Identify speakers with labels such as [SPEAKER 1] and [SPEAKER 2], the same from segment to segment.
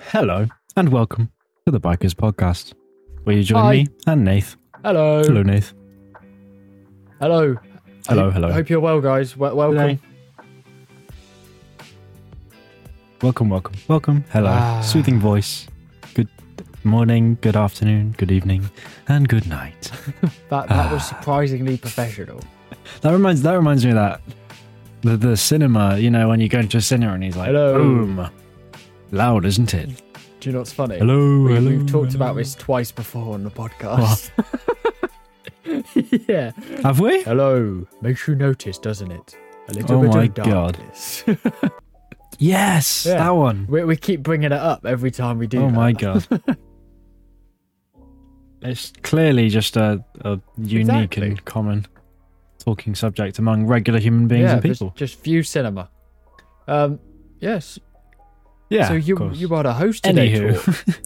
[SPEAKER 1] Hello and welcome to the Bikers Podcast. Will you join
[SPEAKER 2] Hi. Oh.
[SPEAKER 1] me and Nath?
[SPEAKER 2] Hello.
[SPEAKER 1] Hello, Nath.
[SPEAKER 2] Hello.
[SPEAKER 1] Hello,
[SPEAKER 2] I hope,
[SPEAKER 1] hello.
[SPEAKER 2] I hope you're well, guys. W- welcome.
[SPEAKER 1] Hello. Welcome, welcome, welcome. Hello.
[SPEAKER 2] Ah.
[SPEAKER 1] Soothing voice. Good morning, good afternoon, good evening, and good night.
[SPEAKER 2] That that was surprisingly professional.
[SPEAKER 1] That reminds that reminds me of that the, the cinema, you know, when you go into a cinema and he's like
[SPEAKER 2] Hello.
[SPEAKER 1] boom. Loud, isn't it?
[SPEAKER 2] Do you know what's funny?
[SPEAKER 1] Hello,
[SPEAKER 2] We,
[SPEAKER 1] hello.
[SPEAKER 2] we've talked
[SPEAKER 1] hello.
[SPEAKER 2] about this twice before on the podcast. yeah.
[SPEAKER 1] Have we?
[SPEAKER 2] Hello. Makes you notice, doesn't it? A little
[SPEAKER 1] Oh
[SPEAKER 2] bit
[SPEAKER 1] my
[SPEAKER 2] of
[SPEAKER 1] God.
[SPEAKER 2] darkness.
[SPEAKER 1] Yes,
[SPEAKER 2] Yeah.
[SPEAKER 1] that one.
[SPEAKER 2] we, we keep bringing it up every time we do.
[SPEAKER 1] Oh
[SPEAKER 2] that.
[SPEAKER 1] my god. it's clearly just a, a unique
[SPEAKER 2] Exactly.
[SPEAKER 1] and common talking subject among regular human beings
[SPEAKER 2] Yeah,
[SPEAKER 1] and
[SPEAKER 2] just-
[SPEAKER 1] people.
[SPEAKER 2] Just, view cinema. Um. Yes.
[SPEAKER 1] Yeah.
[SPEAKER 2] so
[SPEAKER 1] of
[SPEAKER 2] you
[SPEAKER 1] course.
[SPEAKER 2] you are the host today. Tor.
[SPEAKER 1] Anywho.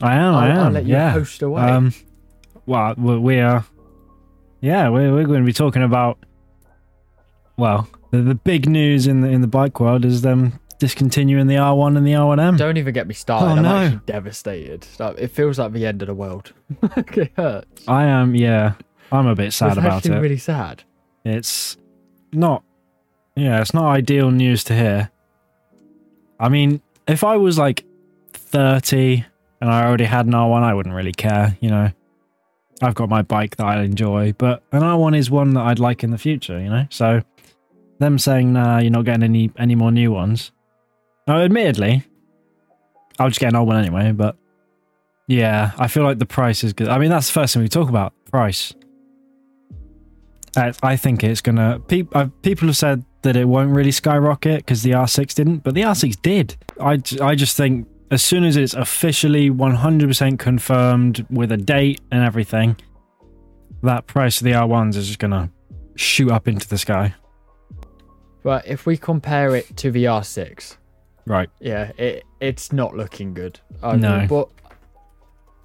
[SPEAKER 1] I am,
[SPEAKER 2] I'll,
[SPEAKER 1] I am.
[SPEAKER 2] I'll let you
[SPEAKER 1] yeah.
[SPEAKER 2] host away.
[SPEAKER 1] Um, well, we we are. Yeah, we're, we're going to be talking about. Well, the, the big news in the in the bike world is them discontinuing the R1 and the R1M.
[SPEAKER 2] Don't even get me started.
[SPEAKER 1] Oh,
[SPEAKER 2] I'm
[SPEAKER 1] no.
[SPEAKER 2] actually devastated. Like, it feels like the end of the world. it hurts.
[SPEAKER 1] I am. Yeah, I'm a bit sad
[SPEAKER 2] it's
[SPEAKER 1] about it.
[SPEAKER 2] actually really sad.
[SPEAKER 1] It's not. Yeah, it's not ideal news to hear. I mean, if I was like 30 and I already had an R1, I wouldn't really care, you know. I've got my bike that I enjoy, but an R1 is one that I'd like in the future, you know. So them saying, "Nah, you're not getting any any more new ones." Now, admittedly, I'll just get an old one anyway. But yeah, I feel like the price is good. I mean, that's the first thing we talk about price. I, Uh, I think it's gonna. Peop, uh, people have said that it won't really skyrocket because the R6 didn't, but the R6 did. I, j- I just think as soon as it's officially 100% confirmed with a date and everything, that price of the R1s is just gonna shoot up into the sky.
[SPEAKER 2] But if we compare it to the R6,
[SPEAKER 1] Right.
[SPEAKER 2] yeah, it it's not looking good. I
[SPEAKER 1] No.
[SPEAKER 2] mean, But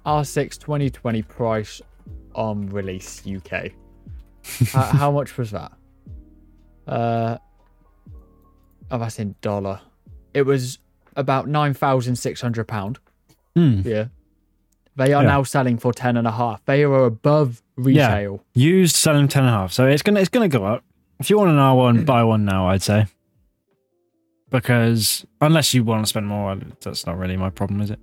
[SPEAKER 2] R6 2020 price on release UK. how, how much was that? Uh, oh, that's in dollar. It was about nine thousand six hundred pound.
[SPEAKER 1] Hmm.
[SPEAKER 2] Yeah. They are
[SPEAKER 1] Yeah.
[SPEAKER 2] now selling for ten and a half. They are above retail.
[SPEAKER 1] Used selling ten and a half, so it's gonna it's gonna go up. If you want an R one, buy one now. I'd say because unless you want to spend more, that's not really my problem, is it?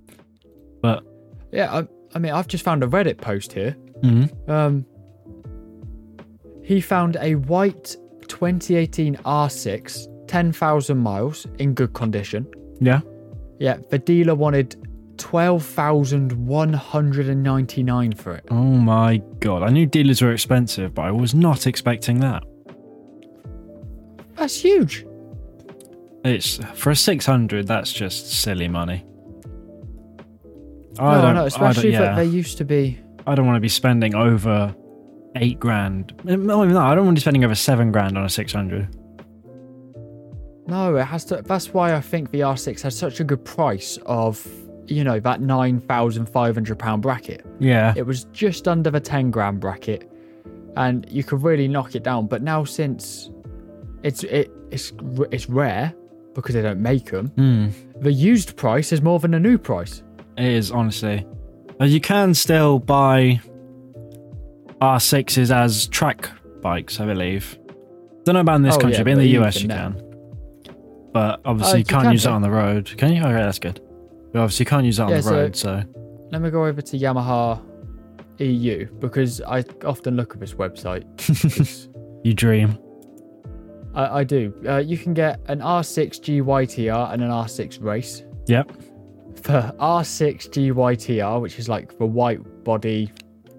[SPEAKER 1] But
[SPEAKER 2] Yeah, I, I mean, I've just found a Reddit post here.
[SPEAKER 1] mm,
[SPEAKER 2] Um, he found a white 2018 R6, 10,000 miles, in good condition.
[SPEAKER 1] yeah,
[SPEAKER 2] Yeah, the dealer wanted 12,199 for it.
[SPEAKER 1] oh my god, I knew dealers were expensive, but I was not expecting that.
[SPEAKER 2] That's huge.
[SPEAKER 1] It's for a six hundred. That's just silly money.
[SPEAKER 2] no,
[SPEAKER 1] I don't,
[SPEAKER 2] no, especially
[SPEAKER 1] I
[SPEAKER 2] that
[SPEAKER 1] don't, yeah.
[SPEAKER 2] they used to be.
[SPEAKER 1] I don't want to be spending over eight grand. Not even that. I don't want to be spending over seven grand on a six hundred.
[SPEAKER 2] No, it has to. That's why I think the R6 had such a good price of, you know, that 9,500 pound bracket.
[SPEAKER 1] Yeah,
[SPEAKER 2] It was just under the 10 grand bracket, and you could really knock it down. But now, since it's it, it's r- it's rare because they don't make them,
[SPEAKER 1] Hmm.
[SPEAKER 2] the used price is more than the new price.
[SPEAKER 1] It is honestly. Uh, You can still buy R6s as track bikes, I believe. Don't know about in this
[SPEAKER 2] Oh,
[SPEAKER 1] country,
[SPEAKER 2] yeah,
[SPEAKER 1] but in
[SPEAKER 2] but
[SPEAKER 1] the
[SPEAKER 2] even
[SPEAKER 1] US you
[SPEAKER 2] then.
[SPEAKER 1] can. But obviously,
[SPEAKER 2] Uh,
[SPEAKER 1] you
[SPEAKER 2] you
[SPEAKER 1] can't
[SPEAKER 2] can,
[SPEAKER 1] use that
[SPEAKER 2] yeah.
[SPEAKER 1] on the road. Can you? Okay, that's good. But obviously, you can't use that on
[SPEAKER 2] Yeah,
[SPEAKER 1] the
[SPEAKER 2] so-
[SPEAKER 1] road, so.
[SPEAKER 2] Let me go over to Yamaha EU because I often look at this website. 'cause
[SPEAKER 1] You dream.
[SPEAKER 2] I, I do. Uh, you can get an R6 GYTR and an R6 Race.
[SPEAKER 1] Yep.
[SPEAKER 2] For R6 GYTR, which is like the white body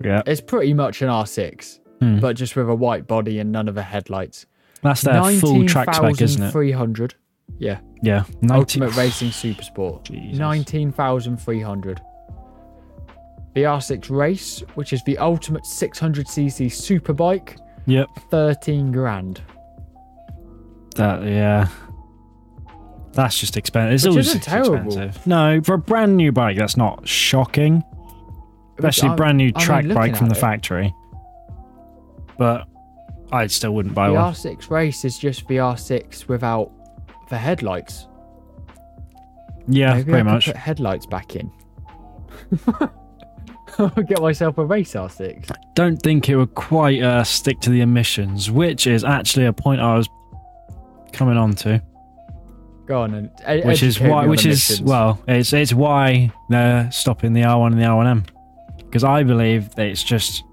[SPEAKER 1] Yeah.
[SPEAKER 2] It's pretty much an R6,
[SPEAKER 1] Hmm.
[SPEAKER 2] but just with a white body and none of the headlights.
[SPEAKER 1] That's their full track spec, isn't it?
[SPEAKER 2] 19,300. Yeah.
[SPEAKER 1] Yeah. 90.
[SPEAKER 2] Ultimate Racing Supersport.
[SPEAKER 1] Jesus.
[SPEAKER 2] 19,300. The R6 Race, which is the ultimate 600cc superbike,
[SPEAKER 1] Yep.
[SPEAKER 2] 13 grand.
[SPEAKER 1] That, yeah. That's just expensive. It's
[SPEAKER 2] Which
[SPEAKER 1] always
[SPEAKER 2] isn't terrible.
[SPEAKER 1] expensive. No, for a brand new bike, that's not shocking. especially
[SPEAKER 2] Which I'm-
[SPEAKER 1] brand new
[SPEAKER 2] I mean,
[SPEAKER 1] track
[SPEAKER 2] looking
[SPEAKER 1] bike from
[SPEAKER 2] at
[SPEAKER 1] the
[SPEAKER 2] it,
[SPEAKER 1] factory. But I still wouldn't buy
[SPEAKER 2] The
[SPEAKER 1] one.
[SPEAKER 2] R6 Race is just the R6 without the headlights.
[SPEAKER 1] Yeah,
[SPEAKER 2] Maybe I
[SPEAKER 1] pretty
[SPEAKER 2] could
[SPEAKER 1] much.
[SPEAKER 2] Put headlights back in. I'll get myself a race R6.
[SPEAKER 1] Don't think it would quite uh, stick to the emissions, which is actually a point I was coming on to,
[SPEAKER 2] Go on and e-
[SPEAKER 1] which is
[SPEAKER 2] educate me
[SPEAKER 1] why,
[SPEAKER 2] on
[SPEAKER 1] which is
[SPEAKER 2] emissions.
[SPEAKER 1] well, it's it's why they're stopping the R1 and the R1M, because I believe that it's just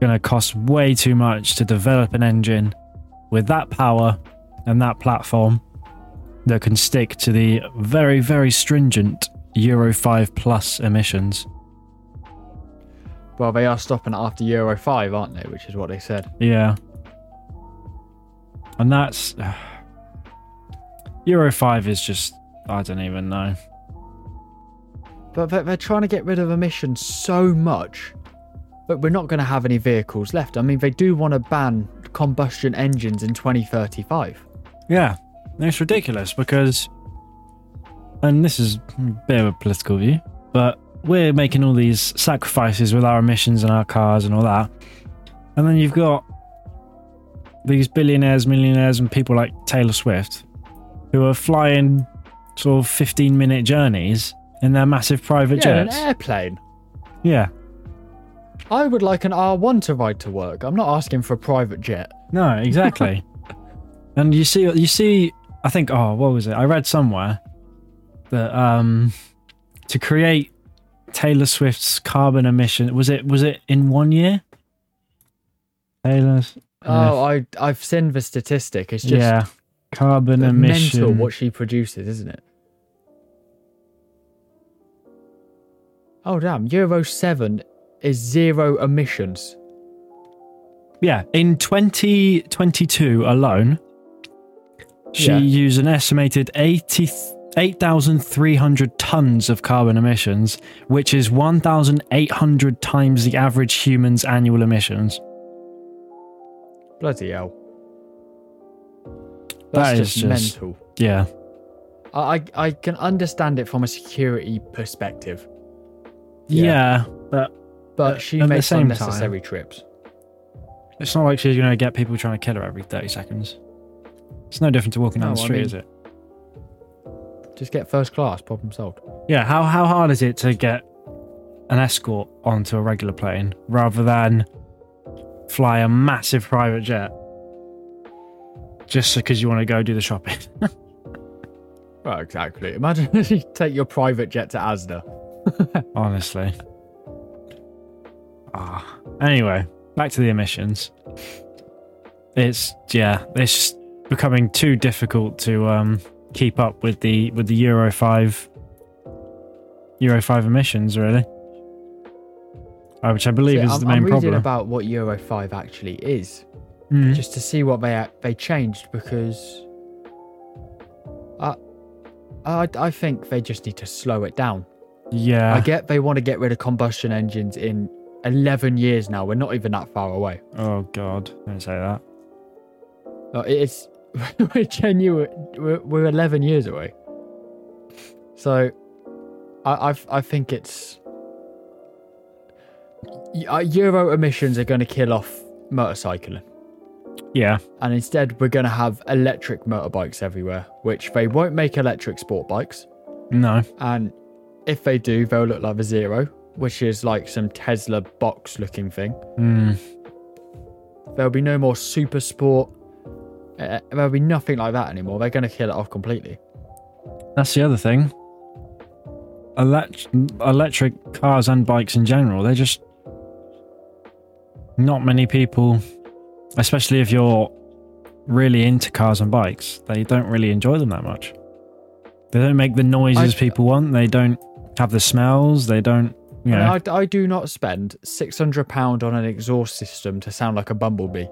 [SPEAKER 1] going to cost way too much to develop an engine with that power and that platform that can stick to the very very stringent Euro 5 plus emissions.
[SPEAKER 2] Well, they are stopping it after Euro 5, aren't they? Which is what they said.
[SPEAKER 1] Yeah. And that's Euro 5 is just I don't even know.
[SPEAKER 2] But they're, they're trying to get rid of emissions so much that we're not going to have any vehicles left. I mean, they do want to ban combustion engines in 2035.
[SPEAKER 1] Yeah. It's ridiculous because and this is a bit of a political view, but we're making all these sacrifices with our emissions and our cars and all that. And then you've got these billionaires, millionaires and people like Taylor Swift who are flying sort of 15 minute journeys in their massive private
[SPEAKER 2] Yeah, in an
[SPEAKER 1] jets.
[SPEAKER 2] airplane.
[SPEAKER 1] yeah.
[SPEAKER 2] I would like an R1 to ride to work. I'm not asking for a private jet.
[SPEAKER 1] No, exactly. and you see, you see, I think, oh, what was it? I read somewhere that um, to create Taylor Swift's carbon emission was it was it in one year? Taylor's,
[SPEAKER 2] Oh, I, I've seen the statistic. It's just
[SPEAKER 1] Mm. yeah, carbon emission.
[SPEAKER 2] mental what she produces, isn't it? Oh, damn. Euro 7 is zero emissions.
[SPEAKER 1] yeah, in 2022 alone, she
[SPEAKER 2] Yeah.
[SPEAKER 1] used an estimated 80, 8,300 tons of carbon emissions, which is 1,800 times the average human's annual emissions.
[SPEAKER 2] Bloody hell.
[SPEAKER 1] That
[SPEAKER 2] That's
[SPEAKER 1] is
[SPEAKER 2] just
[SPEAKER 1] just-
[SPEAKER 2] mental.
[SPEAKER 1] Yeah.
[SPEAKER 2] I, I I can understand it from a security perspective,
[SPEAKER 1] Yeah.
[SPEAKER 2] Yeah.
[SPEAKER 1] but
[SPEAKER 2] but
[SPEAKER 1] At-
[SPEAKER 2] she
[SPEAKER 1] at the
[SPEAKER 2] makes
[SPEAKER 1] same
[SPEAKER 2] unnecessary trips.
[SPEAKER 1] it's not like she's going to get people trying to kill her every 30 seconds. It's no different to walking down
[SPEAKER 2] No,
[SPEAKER 1] the
[SPEAKER 2] I
[SPEAKER 1] street,
[SPEAKER 2] mean-
[SPEAKER 1] is it?
[SPEAKER 2] Just get first class, problem solved.
[SPEAKER 1] Yeah. How, how hard is it to get an escort onto a regular plane rather than fly a massive private jet just because you want to go do the shopping?
[SPEAKER 2] Well, exactly. Imagine if you take your private jet to Asda.
[SPEAKER 1] Honestly. Ah. Anyway, back to the emissions. It's yeah, it's just becoming too difficult to um keep up with the with the Euro five Euro five emissions really. Uh, which I believe
[SPEAKER 2] See,
[SPEAKER 1] is
[SPEAKER 2] I'm,
[SPEAKER 1] the main
[SPEAKER 2] I'm reading
[SPEAKER 1] problem.
[SPEAKER 2] about what Euro Five actually is,
[SPEAKER 1] Mm.
[SPEAKER 2] just to see what they they changed because. I, I, I think they just need to slow it down. I
[SPEAKER 1] yeah.
[SPEAKER 2] get they want to get rid of combustion engines in 11 years now. We're not even that far away.
[SPEAKER 1] Oh god, don't say that.
[SPEAKER 2] Uh, It's we're genuine. We're, we're eleven years away. So, I I've, I think it's Y- uh, Euro emissions are going to kill off motorcycling,
[SPEAKER 1] Yeah.
[SPEAKER 2] and instead we're going to have electric motorbikes everywhere. Which they won't make electric sport bikes,
[SPEAKER 1] No.
[SPEAKER 2] and if they do, they'll look like a zero, which is like some Tesla box looking thing.
[SPEAKER 1] Mm.
[SPEAKER 2] There'll be no more super sport. Uh, there'll be nothing like that anymore. They're going to kill it off completely.
[SPEAKER 1] That's the other thing. Elect- electric cars and bikes in general, they're just not many people, especially if you're really into cars and bikes, they don't really enjoy them that much. They don't make the noises
[SPEAKER 2] I-
[SPEAKER 1] people want. They don't have the smells. They don't, you know.
[SPEAKER 2] And I, I do not spend six hundred pound on an exhaust system to sound like a bumblebee.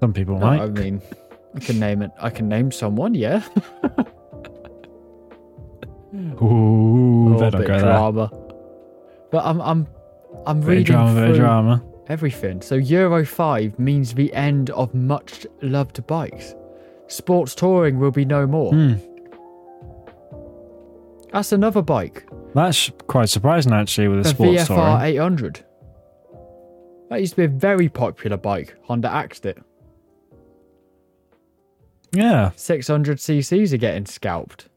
[SPEAKER 1] some people
[SPEAKER 2] No, I
[SPEAKER 1] might.
[SPEAKER 2] mean, I can name it. I can name someone. Yeah,
[SPEAKER 1] Ooh, they
[SPEAKER 2] a
[SPEAKER 1] don't go
[SPEAKER 2] bit
[SPEAKER 1] there.
[SPEAKER 2] drama. But I'm I'm I'm
[SPEAKER 1] Bit
[SPEAKER 2] reading
[SPEAKER 1] of drama, bit of
[SPEAKER 2] through
[SPEAKER 1] drama.
[SPEAKER 2] everything. So Euro five means the end of much loved bikes. Sports touring will be no more.
[SPEAKER 1] Hmm.
[SPEAKER 2] That's another bike.
[SPEAKER 1] That's quite surprising, actually, with a
[SPEAKER 2] The
[SPEAKER 1] sports story.
[SPEAKER 2] VFR eight hundred. That used to be a very popular bike. Honda axed it.
[SPEAKER 1] Yeah.
[SPEAKER 2] 600 cc's are getting scalped.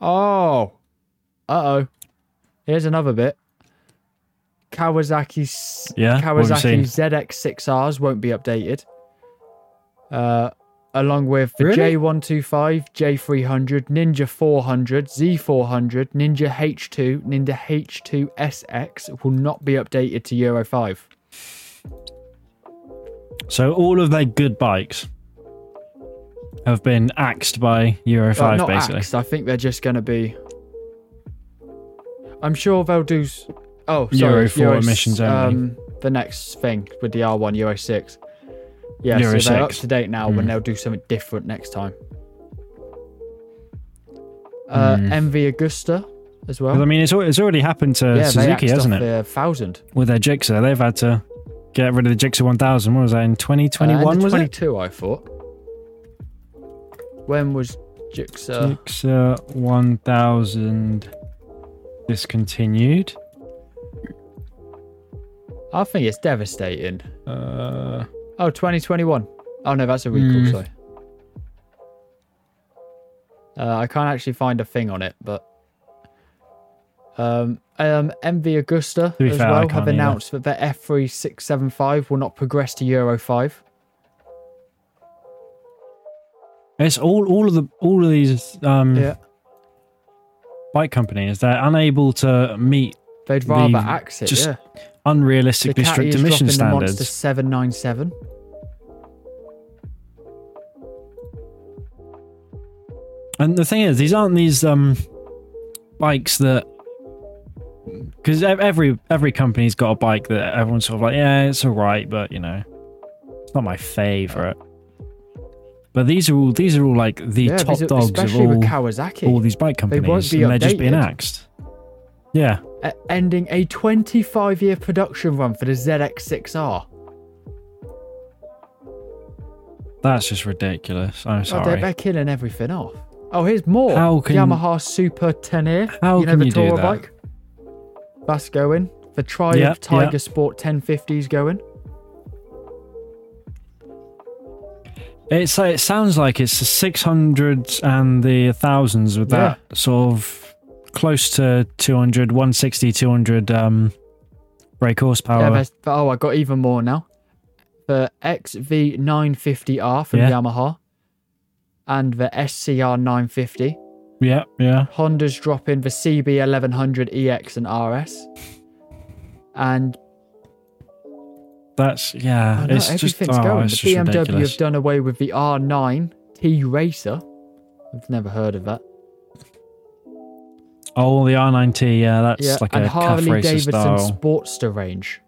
[SPEAKER 2] Oh. Uh oh. Here's another bit. Kawasaki's
[SPEAKER 1] Yeah, what have you
[SPEAKER 2] Kawasaki
[SPEAKER 1] seen?
[SPEAKER 2] ZX6Rs won't be updated. Uh, along with the
[SPEAKER 1] Really?
[SPEAKER 2] J125, J300, Ninja 400, Z400, Ninja H2, Ninja H2SX will not be updated to Euro 5.
[SPEAKER 1] So all of their good bikes have been axed by Euro
[SPEAKER 2] Well,
[SPEAKER 1] Five,
[SPEAKER 2] Uh, not
[SPEAKER 1] basically.
[SPEAKER 2] axed, I think they're just going to be. I'm sure they'll do. s- Oh, sorry,
[SPEAKER 1] Euro four
[SPEAKER 2] s-
[SPEAKER 1] emissions only.
[SPEAKER 2] Um, the next thing with the R1 Euro six. Yeah,
[SPEAKER 1] Euro Hmm.
[SPEAKER 2] so they're up
[SPEAKER 1] 6.
[SPEAKER 2] to date now. When they'll do something different next time. Uh,
[SPEAKER 1] Hmm.
[SPEAKER 2] MV Augusta as well.
[SPEAKER 1] 'Cause, I mean, it's, al- it's already happened to
[SPEAKER 2] yeah,
[SPEAKER 1] Suzuki,
[SPEAKER 2] they
[SPEAKER 1] hasn't it?
[SPEAKER 2] thousand. Uh,
[SPEAKER 1] With their Gixxer, they've had to get rid of the Gixxer 1000. What was that in 2021? was
[SPEAKER 2] twenty
[SPEAKER 1] it?
[SPEAKER 2] two. I thought. When was
[SPEAKER 1] Hmm.
[SPEAKER 2] Jixer?
[SPEAKER 1] Gixxer 1000 discontinued.
[SPEAKER 2] I think it's devastating.
[SPEAKER 1] Uh,
[SPEAKER 2] Oh, 2021. Oh, no, that's a recall,
[SPEAKER 1] Hmm.
[SPEAKER 2] sorry. Uh, I can't actually find a thing on it, but. Um, um, MV Augusta
[SPEAKER 1] be
[SPEAKER 2] as
[SPEAKER 1] fair, I
[SPEAKER 2] well
[SPEAKER 1] can't
[SPEAKER 2] have
[SPEAKER 1] either.
[SPEAKER 2] announced that their F3675 will not progress to Euro 5.
[SPEAKER 1] it's all all of the all of these um,
[SPEAKER 2] Yeah.
[SPEAKER 1] bike companies. They're unable to meet
[SPEAKER 2] They'd rather
[SPEAKER 1] They've
[SPEAKER 2] axe it,
[SPEAKER 1] just
[SPEAKER 2] yeah. The
[SPEAKER 1] unrealistically
[SPEAKER 2] cat
[SPEAKER 1] strict
[SPEAKER 2] is
[SPEAKER 1] emission
[SPEAKER 2] dropping the Monster
[SPEAKER 1] standards.
[SPEAKER 2] 797.
[SPEAKER 1] And the thing is, these aren't these um bikes that because every every company's got a bike that everyone's sort of like, yeah, it's all right, but you know, it's not my favorite. But these are all these are all like the
[SPEAKER 2] Yeah,
[SPEAKER 1] top
[SPEAKER 2] these are-
[SPEAKER 1] dogs of
[SPEAKER 2] especially
[SPEAKER 1] all,
[SPEAKER 2] with
[SPEAKER 1] all
[SPEAKER 2] Kawasaki.
[SPEAKER 1] these bike
[SPEAKER 2] won't
[SPEAKER 1] companies,
[SPEAKER 2] be
[SPEAKER 1] and they're just being
[SPEAKER 2] updated.
[SPEAKER 1] axed. Yeah,
[SPEAKER 2] e- ending a 25 year production run for the ZX6R.
[SPEAKER 1] that's just ridiculous. I'm
[SPEAKER 2] Oh, they're,
[SPEAKER 1] sorry.
[SPEAKER 2] they're killing everything off. Oh, here's more.
[SPEAKER 1] How can-
[SPEAKER 2] Yamaha Super Tenere.
[SPEAKER 1] How
[SPEAKER 2] you know
[SPEAKER 1] can
[SPEAKER 2] the
[SPEAKER 1] you do
[SPEAKER 2] Tora
[SPEAKER 1] that?
[SPEAKER 2] bike? That's going. The Triumph
[SPEAKER 1] Yeah, yeah.
[SPEAKER 2] Tiger Sport 1050's going.
[SPEAKER 1] It's like, it sounds like it's the six hundreds and the thousands with that sort of close to 200, 160, 200 um, brake
[SPEAKER 2] Yeah,
[SPEAKER 1] horsepower.
[SPEAKER 2] there's- oh, I got even more now. The XV950R from
[SPEAKER 1] Yeah.
[SPEAKER 2] Yamaha and the SCR950.
[SPEAKER 1] Yeah, yeah.
[SPEAKER 2] Honda's dropping the CB1100 EX E and RS. And
[SPEAKER 1] That's yeah.
[SPEAKER 2] I know,
[SPEAKER 1] it's just
[SPEAKER 2] everything's
[SPEAKER 1] oh,
[SPEAKER 2] going.
[SPEAKER 1] it's
[SPEAKER 2] The
[SPEAKER 1] just
[SPEAKER 2] BMW
[SPEAKER 1] ridiculous.
[SPEAKER 2] have done away with the R9 T Racer. I've never heard of that.
[SPEAKER 1] Oh, the R9T. Yeah, that's
[SPEAKER 2] yeah,
[SPEAKER 1] like
[SPEAKER 2] and
[SPEAKER 1] a
[SPEAKER 2] Harley
[SPEAKER 1] calf racer
[SPEAKER 2] Davidson
[SPEAKER 1] style.
[SPEAKER 2] Sportster range.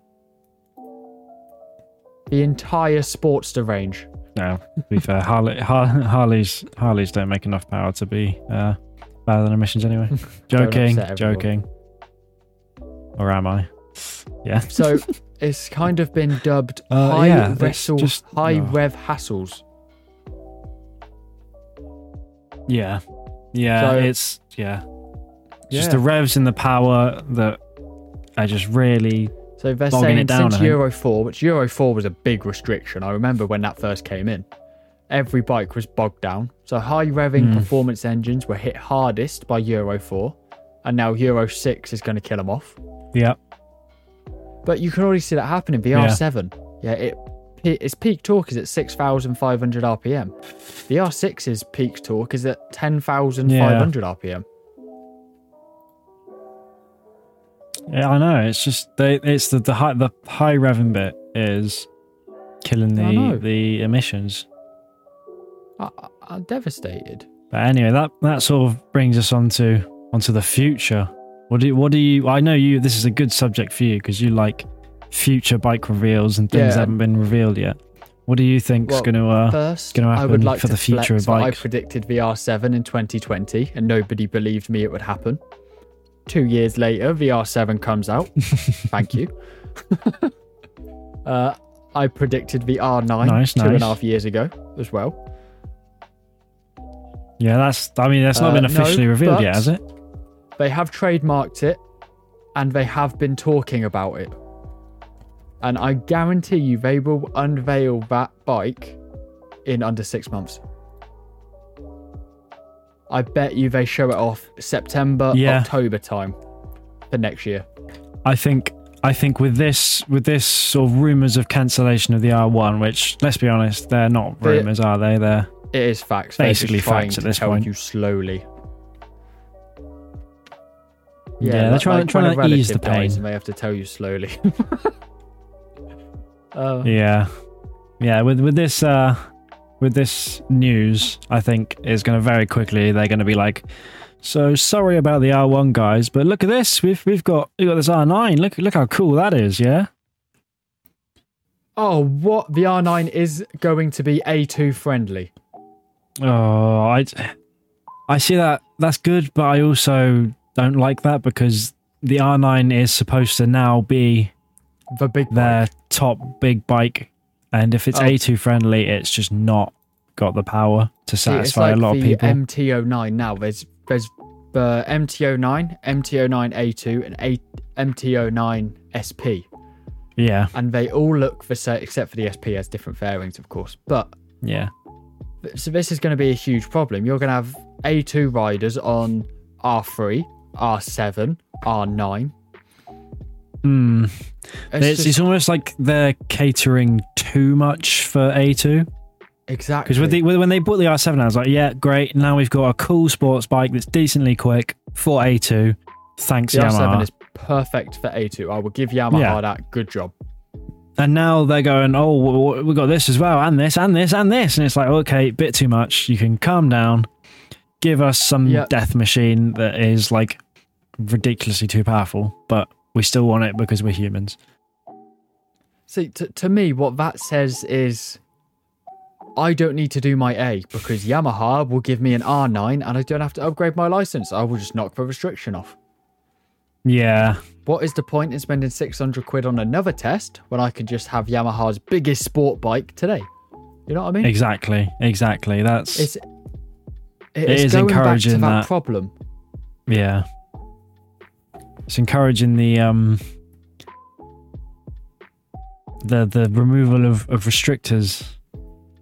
[SPEAKER 2] The entire Sportster range.
[SPEAKER 1] No, to be fair, Harley, Har- Harleys Harleys don't make enough power to be uh, better than emissions anyway. joking,
[SPEAKER 2] upset everyone.
[SPEAKER 1] joking. Or am I? Yeah.
[SPEAKER 2] So it's kind of been dubbed
[SPEAKER 1] Uh,
[SPEAKER 2] high
[SPEAKER 1] yeah, that's
[SPEAKER 2] wrestle,
[SPEAKER 1] just- oh.
[SPEAKER 2] high
[SPEAKER 1] no.
[SPEAKER 2] rev hassles.
[SPEAKER 1] Yeah. Yeah,
[SPEAKER 2] So-
[SPEAKER 1] it's yeah. It's Just
[SPEAKER 2] Yeah.
[SPEAKER 1] the revs and the power that I just really
[SPEAKER 2] So they're
[SPEAKER 1] Bogging
[SPEAKER 2] saying
[SPEAKER 1] it down, I
[SPEAKER 2] since
[SPEAKER 1] think.
[SPEAKER 2] Euro 4, which Euro 4 was a big restriction. I remember when that first came in, every bike was bogged down. So high revving
[SPEAKER 1] Hmm.
[SPEAKER 2] performance engines were hit hardest by Euro 4, and now Euro 6 is going to kill them off.
[SPEAKER 1] yeah.
[SPEAKER 2] But you can already see that happening. The
[SPEAKER 1] Yeah.
[SPEAKER 2] R7, yeah, it pe- its peak torque is at 6,500 RPM. The R6's peak torque is at 10,500 RPM.
[SPEAKER 1] Yeah, I know. It's just they it's the the high the high revving bit is killing
[SPEAKER 2] I know.
[SPEAKER 1] the the emissions.
[SPEAKER 2] I- I- I'm devastated.
[SPEAKER 1] But anyway, that that sort of brings us onto onto the future. What do you, what do you I know you this is a good subject for you because you like future bike reveals and things
[SPEAKER 2] Yeah.
[SPEAKER 1] that haven't been revealed yet. What do you think's
[SPEAKER 2] Well,
[SPEAKER 1] going to uh,
[SPEAKER 2] First,
[SPEAKER 1] gonna
[SPEAKER 2] I would
[SPEAKER 1] happen
[SPEAKER 2] like
[SPEAKER 1] for
[SPEAKER 2] to
[SPEAKER 1] the future
[SPEAKER 2] flex
[SPEAKER 1] of
[SPEAKER 2] that I
[SPEAKER 1] bikes?
[SPEAKER 2] predicted the R7 in 2020, and nobody believed me it would happen. Two years later, the R7 comes out. Thank you. uh, I predicted the R9
[SPEAKER 1] Nice,
[SPEAKER 2] two and a half
[SPEAKER 1] nice.
[SPEAKER 2] years ago as well.
[SPEAKER 1] Yeah, that's I mean that's not
[SPEAKER 2] Uh,
[SPEAKER 1] been
[SPEAKER 2] no,
[SPEAKER 1] officially revealed yet,
[SPEAKER 2] but-
[SPEAKER 1] has it?
[SPEAKER 2] They have trademarked it and they have been talking about it. And I guarantee you they will unveil that bike in under six months. I bet you they show it off September,
[SPEAKER 1] Yeah.
[SPEAKER 2] October time for next year.
[SPEAKER 1] I think I think with this with this sort of rumors of cancellation of the R1, which let's be honest, they're not
[SPEAKER 2] They-
[SPEAKER 1] rumors, are they? They're
[SPEAKER 2] It is facts. They're just
[SPEAKER 1] Basically
[SPEAKER 2] trying
[SPEAKER 1] facts
[SPEAKER 2] to
[SPEAKER 1] at this
[SPEAKER 2] tell
[SPEAKER 1] point.
[SPEAKER 2] you slowly.
[SPEAKER 1] Yeah, they're
[SPEAKER 2] like-
[SPEAKER 1] trying-
[SPEAKER 2] like
[SPEAKER 1] trying
[SPEAKER 2] when a
[SPEAKER 1] to ease
[SPEAKER 2] relative
[SPEAKER 1] the pain.
[SPEAKER 2] dies and they have to tell you slowly. uh,
[SPEAKER 1] yeah, yeah. With with this uh, with this news, I think is going to very quickly. They're going to be like, so sorry about the R1 guys, but look at this. We've we've got we have got this R9. Look look how cool that is. Yeah,
[SPEAKER 2] Oh, what? The R9 is going to be A2 friendly.
[SPEAKER 1] Oh, I, I see that. That's good, but I also don't like that because the R9 is supposed to now be
[SPEAKER 2] The big
[SPEAKER 1] their top big bike, and if it's
[SPEAKER 2] Oh.
[SPEAKER 1] A2 friendly, it's just not got the power to
[SPEAKER 2] See,
[SPEAKER 1] satisfy
[SPEAKER 2] it's
[SPEAKER 1] a
[SPEAKER 2] like
[SPEAKER 1] lot
[SPEAKER 2] the
[SPEAKER 1] of people.
[SPEAKER 2] MT09 now. There's there's the MT09, MT09A2, and A- MT09SP,
[SPEAKER 1] yeah,
[SPEAKER 2] and they all look the same except for the SP has different fairings, of course. But
[SPEAKER 1] yeah,
[SPEAKER 2] so this is going to be a huge problem. You're going to have A2 riders on R3, R7, R9.
[SPEAKER 1] Hmm.
[SPEAKER 2] It's,
[SPEAKER 1] It's,
[SPEAKER 2] just-
[SPEAKER 1] it's almost like they're catering too much for A2
[SPEAKER 2] exactly
[SPEAKER 1] because with the with, when they bought the R7, I was like, yeah, great. Now we've got a cool sports bike that's decently quick for A2. Thanks,
[SPEAKER 2] the
[SPEAKER 1] Yamaha.
[SPEAKER 2] R7 is perfect for A2. I will give Yamaha
[SPEAKER 1] Yeah.
[SPEAKER 2] that. Good job.
[SPEAKER 1] And now they're going, oh, w- w- we got this as well, and this, and this, and this. And it's like, okay, bit too much. You can calm down. Give us some
[SPEAKER 2] Yep.
[SPEAKER 1] death machine that is like ridiculously too powerful, but we still want it because we're humans.
[SPEAKER 2] See, t- to me, what that says is I don't need to do my A because Yamaha will give me an R9 and I don't have to upgrade my license. I will just knock the restriction off.
[SPEAKER 1] Yeah.
[SPEAKER 2] What is the point in spending 600 quid on another test when I can just have Yamaha's biggest sport bike today? You know what I mean?
[SPEAKER 1] Exactly. Exactly. That's
[SPEAKER 2] It's,
[SPEAKER 1] It
[SPEAKER 2] it's
[SPEAKER 1] is
[SPEAKER 2] going back to
[SPEAKER 1] encouraging
[SPEAKER 2] that,
[SPEAKER 1] that.
[SPEAKER 2] problem.
[SPEAKER 1] yeah. It's encouraging the um the the removal of, of restrictors.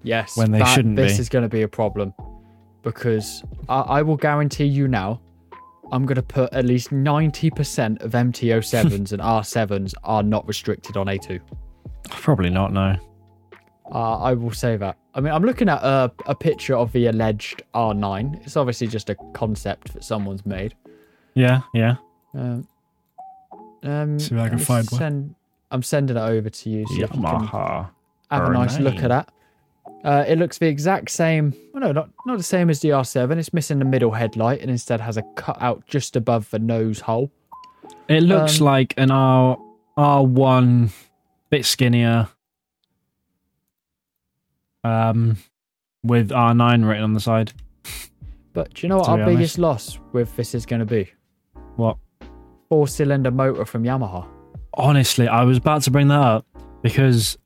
[SPEAKER 2] Yes,
[SPEAKER 1] When they
[SPEAKER 2] that-
[SPEAKER 1] shouldn't
[SPEAKER 2] This
[SPEAKER 1] be.
[SPEAKER 2] is going to be a problem because I, I will guarantee you now, I'm going to put at least 90% of MTO7s and R7s are not restricted on A2.
[SPEAKER 1] Probably not. No.
[SPEAKER 2] Uh, I will say that. I mean, I'm looking at a, a picture of the alleged R9. It's obviously just a concept that someone's made.
[SPEAKER 1] Yeah. Yeah.
[SPEAKER 2] Um, um,
[SPEAKER 1] See if I
[SPEAKER 2] let
[SPEAKER 1] can
[SPEAKER 2] me
[SPEAKER 1] find one.
[SPEAKER 2] send- I'm sending it over to you so if you can
[SPEAKER 1] Yamaha.
[SPEAKER 2] have a nice look at that. Uh, it looks the exact same. Well, no, not not the same as the R7. It's missing the middle headlight and instead has a cutout just above the nose hole.
[SPEAKER 1] It looks
[SPEAKER 2] Um,
[SPEAKER 1] like an R R one, bit skinnier, um, with R nine written on the side.
[SPEAKER 2] But do you know what
[SPEAKER 1] To
[SPEAKER 2] our
[SPEAKER 1] be honest.
[SPEAKER 2] biggest loss with this is going to be?
[SPEAKER 1] What?
[SPEAKER 2] Four cylinder motor from Yamaha.
[SPEAKER 1] Honestly, I was about to bring that up because,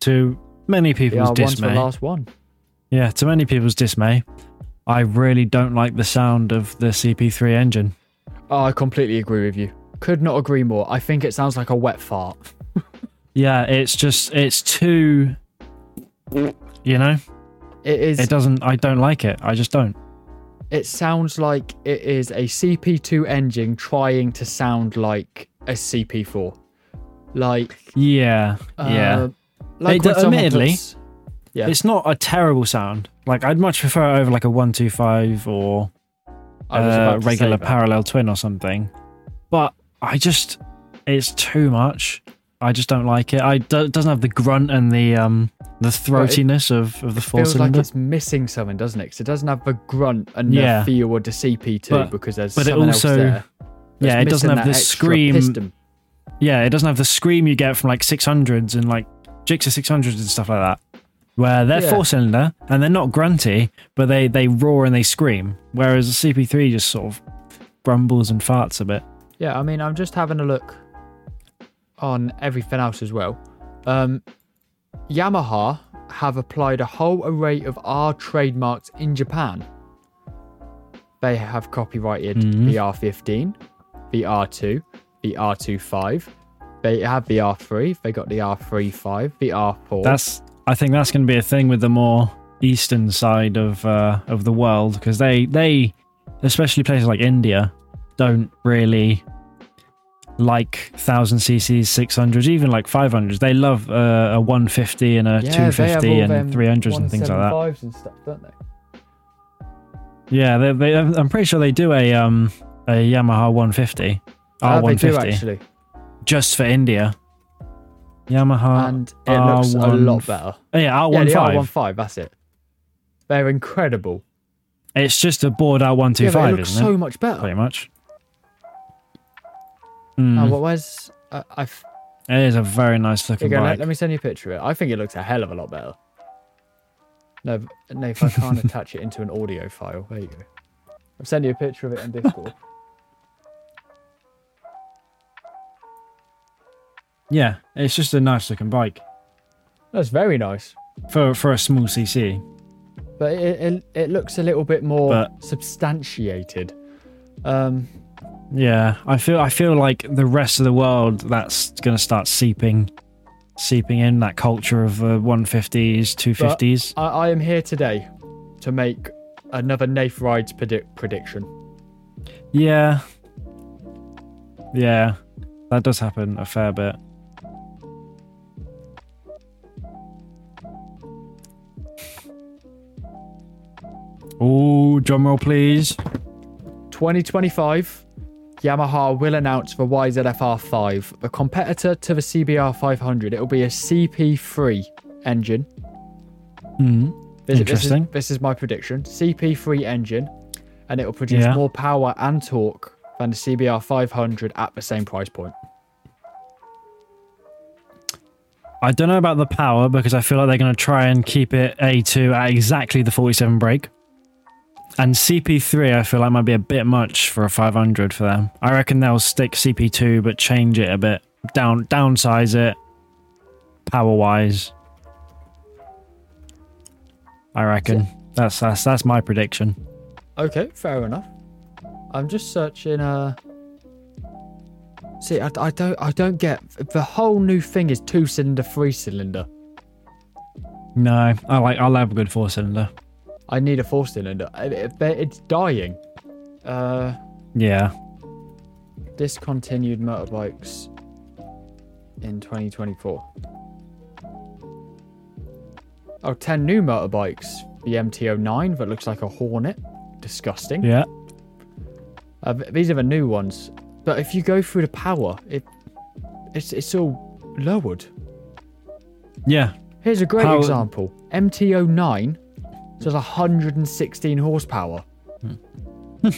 [SPEAKER 1] to many
[SPEAKER 2] The
[SPEAKER 1] people's
[SPEAKER 2] R1's the
[SPEAKER 1] dismay,
[SPEAKER 2] last one.
[SPEAKER 1] yeah, to many people's dismay, I really don't like the sound of the CP3 engine.
[SPEAKER 2] Oh, I completely agree with you. Could not agree more. I think it sounds like a wet fart.
[SPEAKER 1] Yeah, it's just it's too, you know,
[SPEAKER 2] It is.
[SPEAKER 1] it
[SPEAKER 2] It,
[SPEAKER 1] doesn't. I don't like it. I just don't.
[SPEAKER 2] sounds like it is a CP2 engine trying to sound like a CP4. Like
[SPEAKER 1] Yeah, yeah.
[SPEAKER 2] uh, like
[SPEAKER 1] It-
[SPEAKER 2] when someone
[SPEAKER 1] admittedly,
[SPEAKER 2] puts- Yeah.
[SPEAKER 1] It's not a terrible sound. Like I'd much prefer it over like a one two five or
[SPEAKER 2] I was
[SPEAKER 1] a
[SPEAKER 2] about to say
[SPEAKER 1] Uh, regular
[SPEAKER 2] that.
[SPEAKER 1] parallel twin or something. But I just, it's too much. I just don't like it. I do, it doesn't have the grunt and the um the throatiness of, of the four
[SPEAKER 2] Feels like
[SPEAKER 1] cylinder.
[SPEAKER 2] it's missing something, doesn't it? 'Cause it doesn't have the grunt and
[SPEAKER 1] Yeah.
[SPEAKER 2] the feel of the CP2
[SPEAKER 1] But-
[SPEAKER 2] because there's
[SPEAKER 1] but it
[SPEAKER 2] something
[SPEAKER 1] also-
[SPEAKER 2] else there. that's
[SPEAKER 1] yeah, it doesn't
[SPEAKER 2] missing
[SPEAKER 1] have
[SPEAKER 2] that
[SPEAKER 1] the
[SPEAKER 2] extra
[SPEAKER 1] scream.
[SPEAKER 2] piston.
[SPEAKER 1] Yeah, it doesn't have the scream you get from like six hundreds and like Gixxer six hundreds and stuff like that. Where they're
[SPEAKER 2] Yeah.
[SPEAKER 1] four cylinder and they're not grunty, but they they roar and they scream. Whereas the CP3 just sort of grumbles and farts a bit.
[SPEAKER 2] Yeah, I mean, I'm just having a look on everything else as well. Um, Yamaha have applied a whole array of R trademarks in Japan. They have copyrighted
[SPEAKER 1] Mhm.
[SPEAKER 2] the R15, the R2, the R25. They have the R3. They got the R35, the R4.
[SPEAKER 1] That's I think that's going to be a thing with the more eastern side of uh, of the world because they they especially places like India don't really like 1000 cc's 600s even like 500s they love uh, a 150 and a 250 and 300s and things like that
[SPEAKER 2] 175s and stuff, don't they?
[SPEAKER 1] yeah they, they, i'm pretty sure they do a um a yamaha 150
[SPEAKER 2] Uh, they do
[SPEAKER 1] r150
[SPEAKER 2] actually,
[SPEAKER 1] just for india yamaha
[SPEAKER 2] and it looks a
[SPEAKER 1] R1
[SPEAKER 2] lot better.
[SPEAKER 1] oh, yeah
[SPEAKER 2] Yeah, the
[SPEAKER 1] r15
[SPEAKER 2] R15, that's it. They're incredible.
[SPEAKER 1] it's just a bored r125
[SPEAKER 2] yeah, but it looks
[SPEAKER 1] isn't
[SPEAKER 2] so
[SPEAKER 1] it
[SPEAKER 2] much better.
[SPEAKER 1] pretty much
[SPEAKER 2] Uh,
[SPEAKER 1] Mm,
[SPEAKER 2] what- where's uh, I? f-
[SPEAKER 1] it is a very nice looking
[SPEAKER 2] Here you go,
[SPEAKER 1] bike
[SPEAKER 2] let, let me send you a picture of it. I think it looks a hell of a lot better. No, b- no, if I can't attach it into an audio file, there you go. I'll send you a picture of it in Discord.
[SPEAKER 1] yeah it's just a nice looking bike
[SPEAKER 2] That's very nice,
[SPEAKER 1] for for a small cc
[SPEAKER 2] but it, it it looks a little bit more
[SPEAKER 1] But-
[SPEAKER 2] substantiated. Um,
[SPEAKER 1] Yeah, I feel I feel like the rest of the world that's going to start seeping seeping in that culture of uh, 150s, 250s.
[SPEAKER 2] I, I am here today to make another Nath Rides predict prediction.
[SPEAKER 1] yeah. Yeah. That does happen a fair bit. Oh, drumroll please.
[SPEAKER 2] 2025, Yamaha will announce the YZF-R5, the competitor to the CBR500. It'll be a CP3 engine.
[SPEAKER 1] Mm.
[SPEAKER 2] This, This
[SPEAKER 1] Interesting.
[SPEAKER 2] is, this is my prediction. CP3 engine, and it will produce
[SPEAKER 1] Yeah.
[SPEAKER 2] more power and torque than the CBR 500 at the same price point.
[SPEAKER 1] I don't know about the power because I feel like they're going to try and keep it A2 at exactly the 47 break. And CP3, I feel like might be a bit much for a 500 for them. I reckon they'll stick CP2 but change it a bit, down downsize it power wise. I reckon that's that's that's my prediction.
[SPEAKER 2] Okay, fair enough. I'm just searching. Uh, see, I, I don't, I don't get the whole new thing is two cylinder, three cylinder.
[SPEAKER 1] No, I like I'll have a good four cylinder.
[SPEAKER 2] I need a four cylinder. I- I- It's dying. Uh,
[SPEAKER 1] Yeah,
[SPEAKER 2] discontinued motorbikes in 2024. Oh, 10 new motorbikes. The MT09 that looks like a Hornet. Disgusting.
[SPEAKER 1] yeah.
[SPEAKER 2] Uh, th- these are the new ones. But if you go through the power, it it's, it's all lowered.
[SPEAKER 1] Yeah,
[SPEAKER 2] Here's a great
[SPEAKER 1] Power-
[SPEAKER 2] example MT09 says 116 horsepower.
[SPEAKER 1] is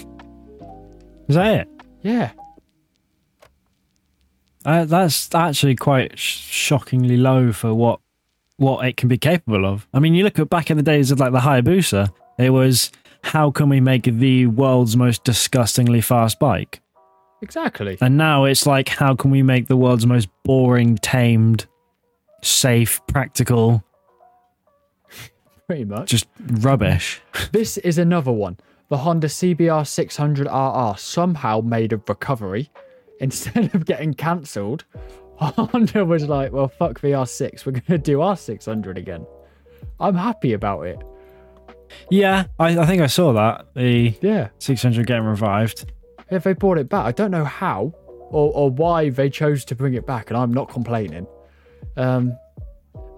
[SPEAKER 1] that it?
[SPEAKER 2] Yeah.
[SPEAKER 1] Uh, that's actually quite sh- shockingly low for what what it can be capable of. I mean, you look at back in the days of like the Hayabusa, it was how can we make the world's most disgustingly fast bike,
[SPEAKER 2] Exactly.
[SPEAKER 1] and now it's like how can we make the world's most boring, tamed, safe, practical,
[SPEAKER 2] Pretty much.
[SPEAKER 1] just rubbish.
[SPEAKER 2] This is another one. The Honda CBR 600RR somehow made a recovery. Instead of getting cancelled, Honda was like, well, fuck the R6. We're going to do R600 again. I'm happy about it.
[SPEAKER 1] Yeah, I, I think I saw that the
[SPEAKER 2] Yeah.
[SPEAKER 1] 600 getting revived.
[SPEAKER 2] If they brought it back, I don't know how or, or why they chose to bring it back, and I'm not complaining. Um,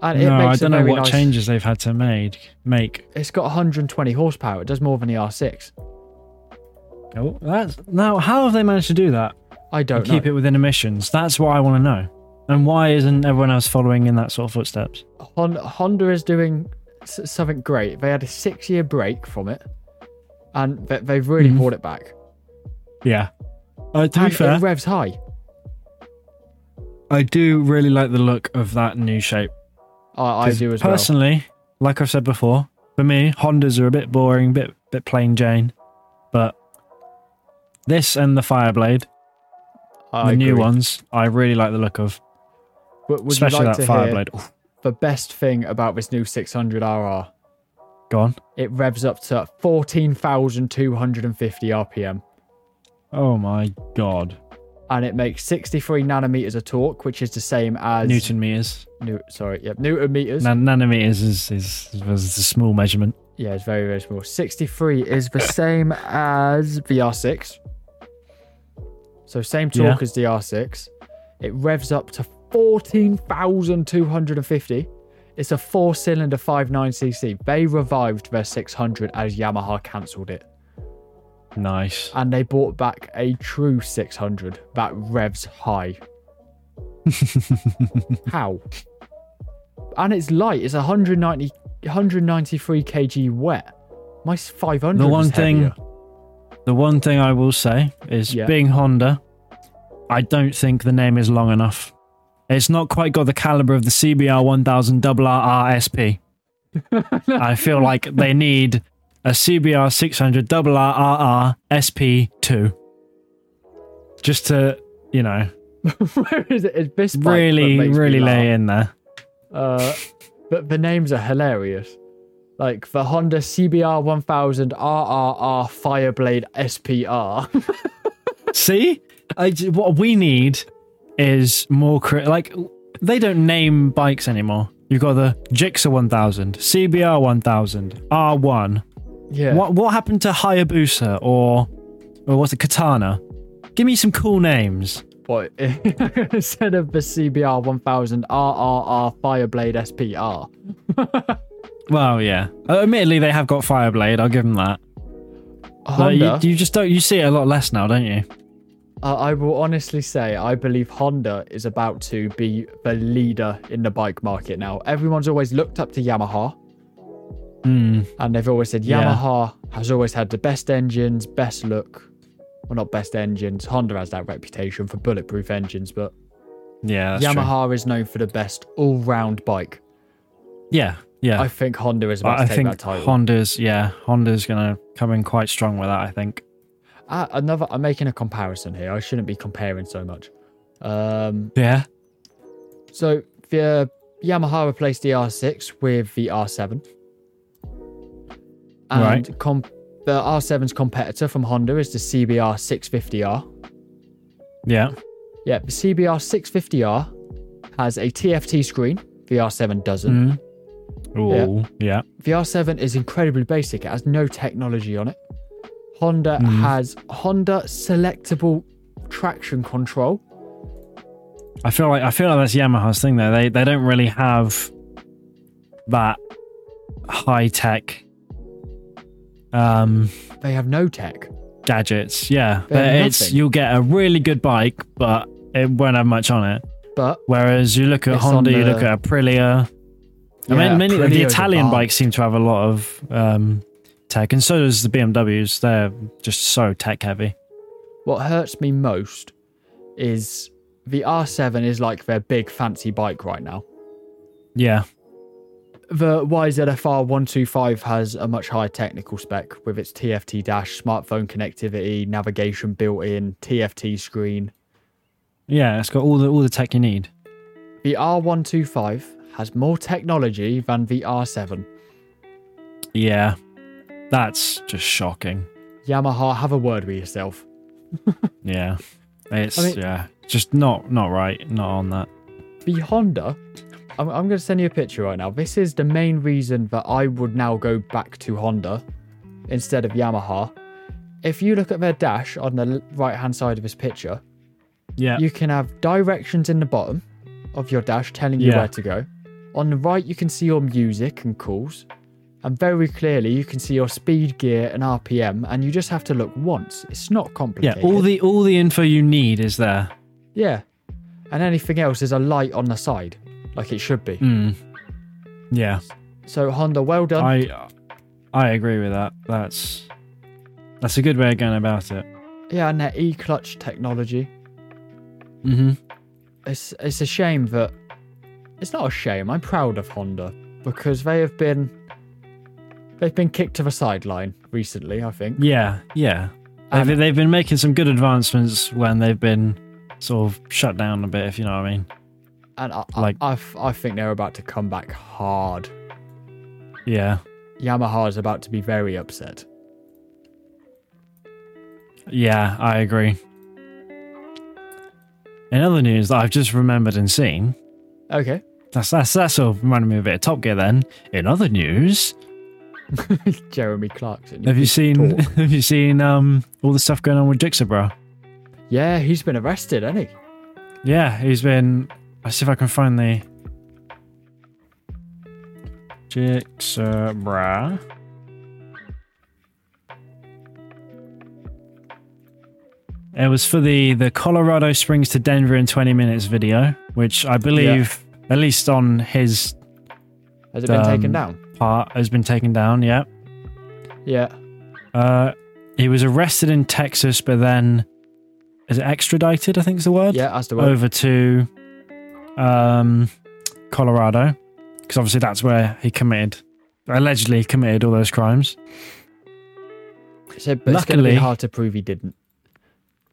[SPEAKER 2] and it
[SPEAKER 1] no, I
[SPEAKER 2] makes a
[SPEAKER 1] don't know
[SPEAKER 2] very
[SPEAKER 1] what
[SPEAKER 2] nice-
[SPEAKER 1] changes they've had to made make.
[SPEAKER 2] It's got 120 horsepower. It does more than the R6.
[SPEAKER 1] Oh, that's now how have they managed to do that?
[SPEAKER 2] I don't
[SPEAKER 1] and keep
[SPEAKER 2] know.
[SPEAKER 1] it within emissions. That's what I want to know. And why isn't everyone else following in that sort of footsteps?
[SPEAKER 2] Hon- Honda is doing s- something great. They had a six year break from it and they- they've really
[SPEAKER 1] Mhm.
[SPEAKER 2] brought it back.
[SPEAKER 1] Yeah. Uh, to be
[SPEAKER 2] and
[SPEAKER 1] fair,
[SPEAKER 2] It revs high.
[SPEAKER 1] I do really like the look of that new shape.
[SPEAKER 2] I, I
[SPEAKER 1] 'Cause
[SPEAKER 2] do as well.
[SPEAKER 1] personally, like I've said before, for me, Hondas are a bit boring, bit bit plain Jane. But this and the Fireblade,
[SPEAKER 2] I
[SPEAKER 1] the new
[SPEAKER 2] agree.
[SPEAKER 1] ones, I really like the look of.
[SPEAKER 2] But would
[SPEAKER 1] especially
[SPEAKER 2] you like
[SPEAKER 1] that
[SPEAKER 2] to hear
[SPEAKER 1] Fireblade. Oof,
[SPEAKER 2] the best thing about this new 600RR?
[SPEAKER 1] go on.
[SPEAKER 2] It revs up to 14,250 RPM.
[SPEAKER 1] Oh my god.
[SPEAKER 2] and it makes 63 nanometers of torque, which is the same as
[SPEAKER 1] Newton meters.
[SPEAKER 2] New, sorry, yep, newton meters.
[SPEAKER 1] Nan- nanometers is, is, is a small measurement.
[SPEAKER 2] Yeah, it's very very small. 63 is the same as the R6. So same torque as the R6. It revs up to 14,250. It's a four-cylinder 59cc. They revived their 600 as Yamaha cancelled it.
[SPEAKER 1] Nice.
[SPEAKER 2] and they brought back a true 600 that revs high. How? And it's light. It's 190, 193 kg wet. My 500.
[SPEAKER 1] The
[SPEAKER 2] was
[SPEAKER 1] one thing-
[SPEAKER 2] heavier.
[SPEAKER 1] The one thing I will say is
[SPEAKER 2] Yeah.
[SPEAKER 1] being Honda, I don't think the name is long enough. It's not quite got the caliber of the CBR 1000 RRSP. I feel like they need a CBR 600 RRSP2 just to, you know,
[SPEAKER 2] Where is it? It's Bisbike, but
[SPEAKER 1] really,
[SPEAKER 2] makes me
[SPEAKER 1] really
[SPEAKER 2] laugh.
[SPEAKER 1] lay in there.
[SPEAKER 2] Uh, but the names are hilarious. Like the Honda CBR 1000 RRR Fireblade SPR.
[SPEAKER 1] See, I j what we need is more cre- like they don't name bikes anymore. You've got the Gixxer 1000, CBR 1000, R1.
[SPEAKER 2] yeah.
[SPEAKER 1] What what happened to Hayabusa or or what's it Katana? Give me some cool names.
[SPEAKER 2] But instead of the CBR 1000 RRR Fireblade SPR,
[SPEAKER 1] Well, yeah. Uh, admittedly, they have got Fireblade. I'll give them that. But
[SPEAKER 2] Honda,
[SPEAKER 1] you, you just don't. You see it a lot less now, don't you?
[SPEAKER 2] I I will honestly say, I believe Honda is about to be the leader in the bike market now. Everyone's always looked up to Yamaha,
[SPEAKER 1] Hmm.
[SPEAKER 2] and they've always said
[SPEAKER 1] Yeah.
[SPEAKER 2] Yamaha has always had the best engines, best look. Well, not best engines. Honda has that reputation for bulletproof engines, but
[SPEAKER 1] yeah. That's True.
[SPEAKER 2] Yamaha is known for the best all-round bike.
[SPEAKER 1] Yeah. Yeah.
[SPEAKER 2] I think Honda is
[SPEAKER 1] I,
[SPEAKER 2] about
[SPEAKER 1] I
[SPEAKER 2] to take
[SPEAKER 1] think
[SPEAKER 2] that title.
[SPEAKER 1] Honda's. Yeah. Honda's gonna come in quite strong with that. I think.
[SPEAKER 2] Ah, another. I'm making a comparison here. I shouldn't be comparing so much. Um,
[SPEAKER 1] Yeah.
[SPEAKER 2] so the uh, Yamaha replaced the R6 with the R7, and
[SPEAKER 1] Right.
[SPEAKER 2] com- the R7's competitor from Honda is the CBR 650R.
[SPEAKER 1] Yeah.
[SPEAKER 2] Yeah, the CBR 650R has a TFT screen. The R7 doesn't.
[SPEAKER 1] Mm.
[SPEAKER 2] Mm-hmm.
[SPEAKER 1] Ooh, yeah.
[SPEAKER 2] The R7 is incredibly basic. It has no technology on it. Honda
[SPEAKER 1] Mhm.
[SPEAKER 2] has Honda selectable traction control.
[SPEAKER 1] I feel like I feel like that's Yamaha's thing though. They they don't really have that high tech um
[SPEAKER 2] They have no tech.
[SPEAKER 1] gadgets. Yeah.
[SPEAKER 2] They have
[SPEAKER 1] But it's
[SPEAKER 2] nothing.
[SPEAKER 1] you'll get a really good bike, but it won't have much on it.
[SPEAKER 2] But
[SPEAKER 1] Whereas you look at
[SPEAKER 2] It's
[SPEAKER 1] Honda,
[SPEAKER 2] on
[SPEAKER 1] you
[SPEAKER 2] the-
[SPEAKER 1] look at Aprilia. I
[SPEAKER 2] Yeah,
[SPEAKER 1] mean many of the
[SPEAKER 2] Aprilia's a
[SPEAKER 1] Italian
[SPEAKER 2] bomb.
[SPEAKER 1] bikes seem to have a lot of um tech and so does the BMWs. They're just so tech heavy.
[SPEAKER 2] What hurts me most is the R7 is like their big fancy bike right now.
[SPEAKER 1] Yeah.
[SPEAKER 2] The YZF-R 125 has a much higher technical spec with its TFT dash, smartphone connectivity, navigation built in, TFT screen.
[SPEAKER 1] Yeah, it's got all the all the tech you need.
[SPEAKER 2] The R125 has more technology than the R7.
[SPEAKER 1] Yeah. That's just shocking.
[SPEAKER 2] Yamaha, have a word with yourself.
[SPEAKER 1] Yeah. It's
[SPEAKER 2] I mean-
[SPEAKER 1] yeah. Just not not right. Not on that.
[SPEAKER 2] The Honda, I'm, I'm going to send you a picture right now. This is the main reason that I would now go back to Honda instead of Yamaha. If you look at their dash on the right hand side of this picture,
[SPEAKER 1] Yeah.
[SPEAKER 2] you can have directions in the bottom of your dash telling you
[SPEAKER 1] Yeah.
[SPEAKER 2] where to go. On the right, you can see your music and calls. And very clearly, you can see your speed, gear, and RPM, and you just have to look once. It's not
[SPEAKER 1] yeah.
[SPEAKER 2] complicated.
[SPEAKER 1] All the all the info you need is there.
[SPEAKER 2] Yeah. And anything else is a light on the side, like it should be.
[SPEAKER 1] Mm. Yeah.
[SPEAKER 2] So Honda, well done.
[SPEAKER 1] I I agree with that. That's that's a good way of going about it.
[SPEAKER 2] yeah, and that e-clutch technology.
[SPEAKER 1] Mm-hmm.
[SPEAKER 2] It's it's a shame that it's not a shame. I'm proud of Honda because they have been they've been kicked to the sideline recently. I think.
[SPEAKER 1] Yeah. Yeah. They've, they've been making some good advancements when they've been sort of shut down a bit, if you know what I mean.
[SPEAKER 2] And I,
[SPEAKER 1] Like-
[SPEAKER 2] like, I, f- I think they're about to come back hard.
[SPEAKER 1] Yeah.
[SPEAKER 2] Yamaha is about to be very upset.
[SPEAKER 1] Yeah, I agree. In other news that I've just remembered and seen,
[SPEAKER 2] Okay.
[SPEAKER 1] that's that's that's all reminded me a bit of Top Gear. Then, in other news,
[SPEAKER 2] Jeremy Clarkson.
[SPEAKER 1] have you seen
[SPEAKER 2] talk.
[SPEAKER 1] have you seen um all the stuff going on with Dixabra?
[SPEAKER 2] Yeah, he's been arrested, hasn't he?
[SPEAKER 1] Yeah, he's been. I see if I can find the Jixabra. It was for the the Colorado Springs to Denver in 20 minutes video, which I believe, at least on his
[SPEAKER 2] Has it been taken
[SPEAKER 1] Um,
[SPEAKER 2] down?
[SPEAKER 1] part, has been taken down. Yeah.
[SPEAKER 2] Yeah.
[SPEAKER 1] Uh, he was arrested in Texas, but then is it extradited? I think is the word
[SPEAKER 2] Yeah, as the word.
[SPEAKER 1] over to um, Colorado because obviously that's where he committed, allegedly committed all those crimes.
[SPEAKER 2] So, but it's going
[SPEAKER 1] uh,
[SPEAKER 2] to
[SPEAKER 1] luckily-
[SPEAKER 2] be hard to prove he didn't.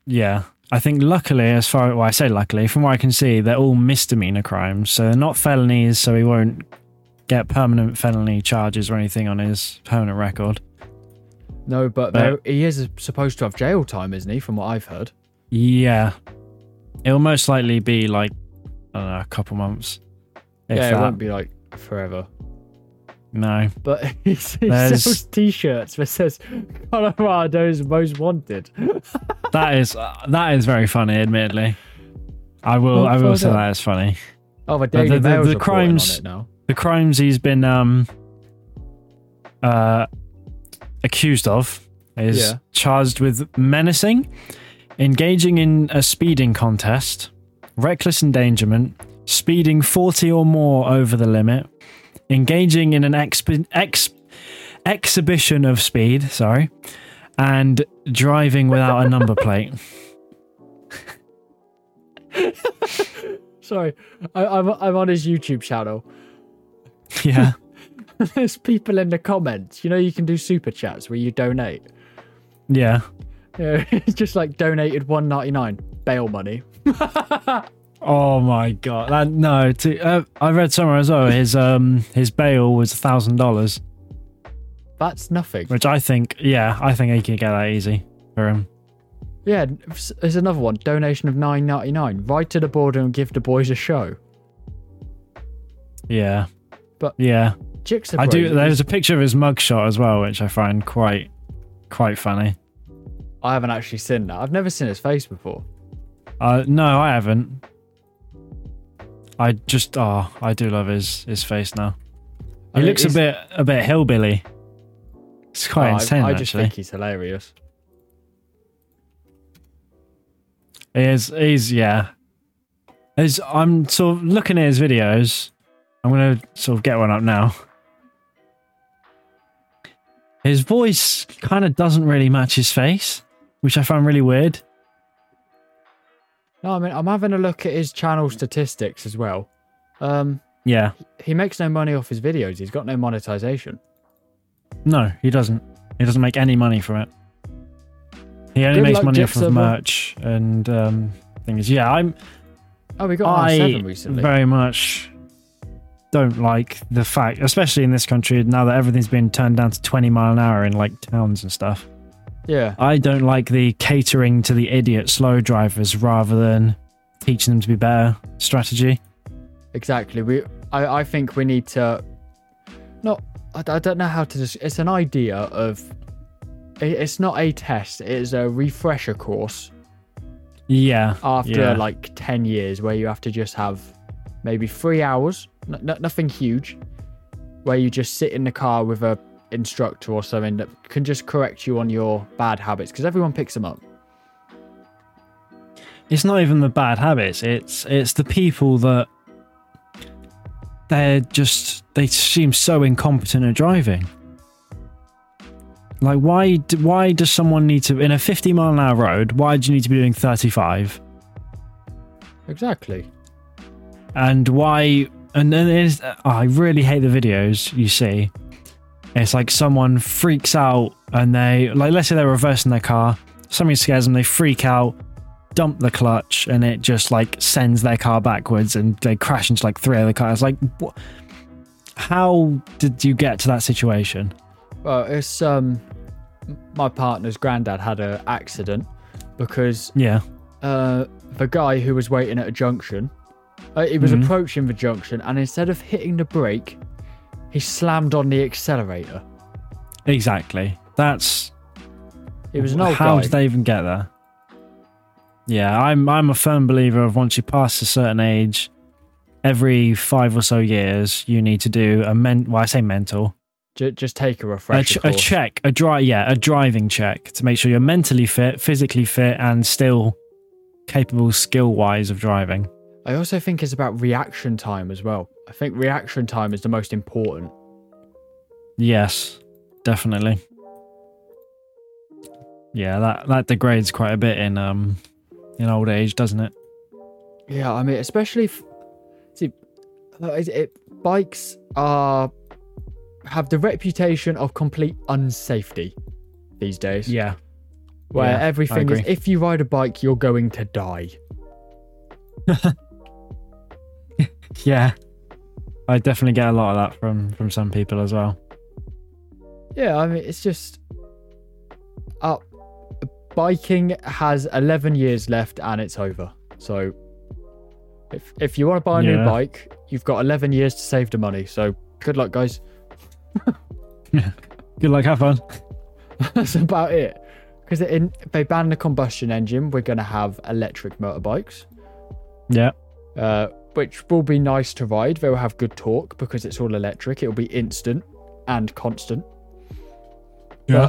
[SPEAKER 1] Yeah, I think luckily, as far well, I say luckily, from what I can see, they're all misdemeanor crimes, so they're not felonies, so he won't get permanent felony charges or anything on his permanent record.
[SPEAKER 2] No, but
[SPEAKER 1] But-
[SPEAKER 2] though he is supposed to have jail time, isn't he? From what I've heard.
[SPEAKER 1] Yeah, it'll most likely be like I don't know, a couple months. If
[SPEAKER 2] yeah,
[SPEAKER 1] that.
[SPEAKER 2] it won't be like forever.
[SPEAKER 1] no.
[SPEAKER 2] But he, he
[SPEAKER 1] There's-
[SPEAKER 2] sells T-shirts that says Colorado's most wanted.
[SPEAKER 1] that is uh, that is very funny. Admittedly, I will
[SPEAKER 2] Well,
[SPEAKER 1] I will
[SPEAKER 2] well
[SPEAKER 1] say
[SPEAKER 2] done.
[SPEAKER 1] that is funny.
[SPEAKER 2] Oh, my Daily
[SPEAKER 1] the- the-
[SPEAKER 2] Mail's
[SPEAKER 1] the
[SPEAKER 2] reporting on
[SPEAKER 1] crimes-
[SPEAKER 2] it now.
[SPEAKER 1] The crimes he's been um uh accused of is
[SPEAKER 2] Yeah.
[SPEAKER 1] charged with menacing, engaging in a speeding contest, reckless endangerment, speeding forty or more over the limit, engaging in an exp- ex- exhibition of speed. Sorry. And driving without a number plate.
[SPEAKER 2] Sorry, I, I'm I'm on his YouTube channel.
[SPEAKER 1] Yeah.
[SPEAKER 2] There's people in the comments. You know, you can do super chats where you donate.
[SPEAKER 1] Yeah.
[SPEAKER 2] Yeah, it's just like donated one ninety nine bail money.
[SPEAKER 1] Oh my god! That, no, to, uh, I read somewhere as well. His um his bail was thousand dollars,
[SPEAKER 2] That's nothing.
[SPEAKER 1] which I think, yeah, I think he could get that easy for him.
[SPEAKER 2] Yeah, s- there's another one. Donation of nine ninety nine. Ride to the border and give the boys a show.
[SPEAKER 1] Yeah,
[SPEAKER 2] But-
[SPEAKER 1] yeah,
[SPEAKER 2] Jigsaw.
[SPEAKER 1] I do.
[SPEAKER 2] Bros
[SPEAKER 1] There's
[SPEAKER 2] is-
[SPEAKER 1] a picture of his mugshot as well, which I find quite quite funny.
[SPEAKER 2] I haven't actually seen that. I've never seen his face before.
[SPEAKER 1] Uh, no, I haven't. I just oh, I do love his his face now. He
[SPEAKER 2] I mean,
[SPEAKER 1] looks a
[SPEAKER 2] he's-
[SPEAKER 1] bit a bit hillbilly. It's
[SPEAKER 2] Oh,
[SPEAKER 1] quite
[SPEAKER 2] I-
[SPEAKER 1] insane,
[SPEAKER 2] I,
[SPEAKER 1] actually.
[SPEAKER 2] just think he's hilarious.
[SPEAKER 1] Is is yeah. Is I'm sort of looking at his videos. I'm gonna sort of get one up now. His voice kind of doesn't really match his face, which I found really weird.
[SPEAKER 2] No, I mean I'm having a look at his channel statistics as well. Um,
[SPEAKER 1] Yeah.
[SPEAKER 2] he makes no money off his videos. He's got no monetization.
[SPEAKER 1] No, he doesn't. He doesn't make any money from it. He only
[SPEAKER 2] Good
[SPEAKER 1] makes
[SPEAKER 2] luck,
[SPEAKER 1] money
[SPEAKER 2] Jeff
[SPEAKER 1] off of
[SPEAKER 2] Silver.
[SPEAKER 1] merch and um, things. Yeah, I'm
[SPEAKER 2] Oh, we got
[SPEAKER 1] I
[SPEAKER 2] R7 recently.
[SPEAKER 1] very much don't like the fact, especially in this country, now that everything's been turned down to 20 mile an hour in like towns and stuff.
[SPEAKER 2] Yeah.
[SPEAKER 1] I don't like the catering to the idiot slow drivers rather than teaching them to be better strategy.
[SPEAKER 2] Exactly. We, I, I think we need to. Not, I, I don't know how to. Dis- it's an idea of. i- It's not a test. It is a refresher course
[SPEAKER 1] Yeah.
[SPEAKER 2] after
[SPEAKER 1] Yeah.
[SPEAKER 2] like ten years, where you have to just have maybe three hours, n- n- nothing huge, where you just sit in the car with a instructor or something that can just correct you on your bad habits because everyone picks them up.
[SPEAKER 1] It's not even the bad habits, it's it's the people that they're just they seem so incompetent at driving. Like why d- why does someone need to in a 50 mile an hour road, why do you need to be doing 35?
[SPEAKER 2] Exactly.
[SPEAKER 1] and why and then it is oh, i really hate the videos you see it's like someone freaks out and they like let's say they're reversing their car something scares them they freak out dump the clutch and it just like sends their car backwards and they crash into like three other cars like wh- how did you get to that situation
[SPEAKER 2] Well, it's um, my partner's granddad had a accident because
[SPEAKER 1] yeah
[SPEAKER 2] uh, the guy who was waiting at a junction. Uh, he was
[SPEAKER 1] Mhm.
[SPEAKER 2] approaching the junction, and instead of hitting the brake, he slammed on the accelerator.
[SPEAKER 1] Exactly. That's
[SPEAKER 2] It was an old
[SPEAKER 1] how
[SPEAKER 2] guy.
[SPEAKER 1] did they even get there? Yeah, I'm I'm a firm believer of once you pass a certain age, every five or so years, you need to do a men. Well, I say mental,
[SPEAKER 2] Ju- just take a
[SPEAKER 1] a,
[SPEAKER 2] refresher.
[SPEAKER 1] ch- a
[SPEAKER 2] course.
[SPEAKER 1] check, a dry, yeah, a driving check to make sure you're mentally fit, physically fit, and still capable skill wise of driving.
[SPEAKER 2] I also think it's about reaction time as well. I think reaction time is the most important.
[SPEAKER 1] Yes, definitely. Yeah, that that degrades quite a bit in um in old age, doesn't it?
[SPEAKER 2] Yeah, I mean, especially if, see, uh, it, it, bikes are have the reputation of complete unsafety these days.
[SPEAKER 1] Yeah.
[SPEAKER 2] where
[SPEAKER 1] Yeah, I
[SPEAKER 2] everything is
[SPEAKER 1] agree.
[SPEAKER 2] if you ride a bike, you're going to die.
[SPEAKER 1] Yeah. I definitely get a lot of that from from some people as well.
[SPEAKER 2] Yeah, I mean, it's just. Uh, biking has 11 years left and it's over. So, if, if you want to buy a new
[SPEAKER 1] Yeah.
[SPEAKER 2] bike, you've got 11 years to save the money. So, good luck, guys.
[SPEAKER 1] Good luck, have fun.
[SPEAKER 2] That's about it. Because they ban the combustion engine, we're going to have electric motorbikes,
[SPEAKER 1] Yeah.
[SPEAKER 2] uh, which will be nice to ride. They will have good torque because it's all electric, it will be instant and constant.
[SPEAKER 1] Yeah.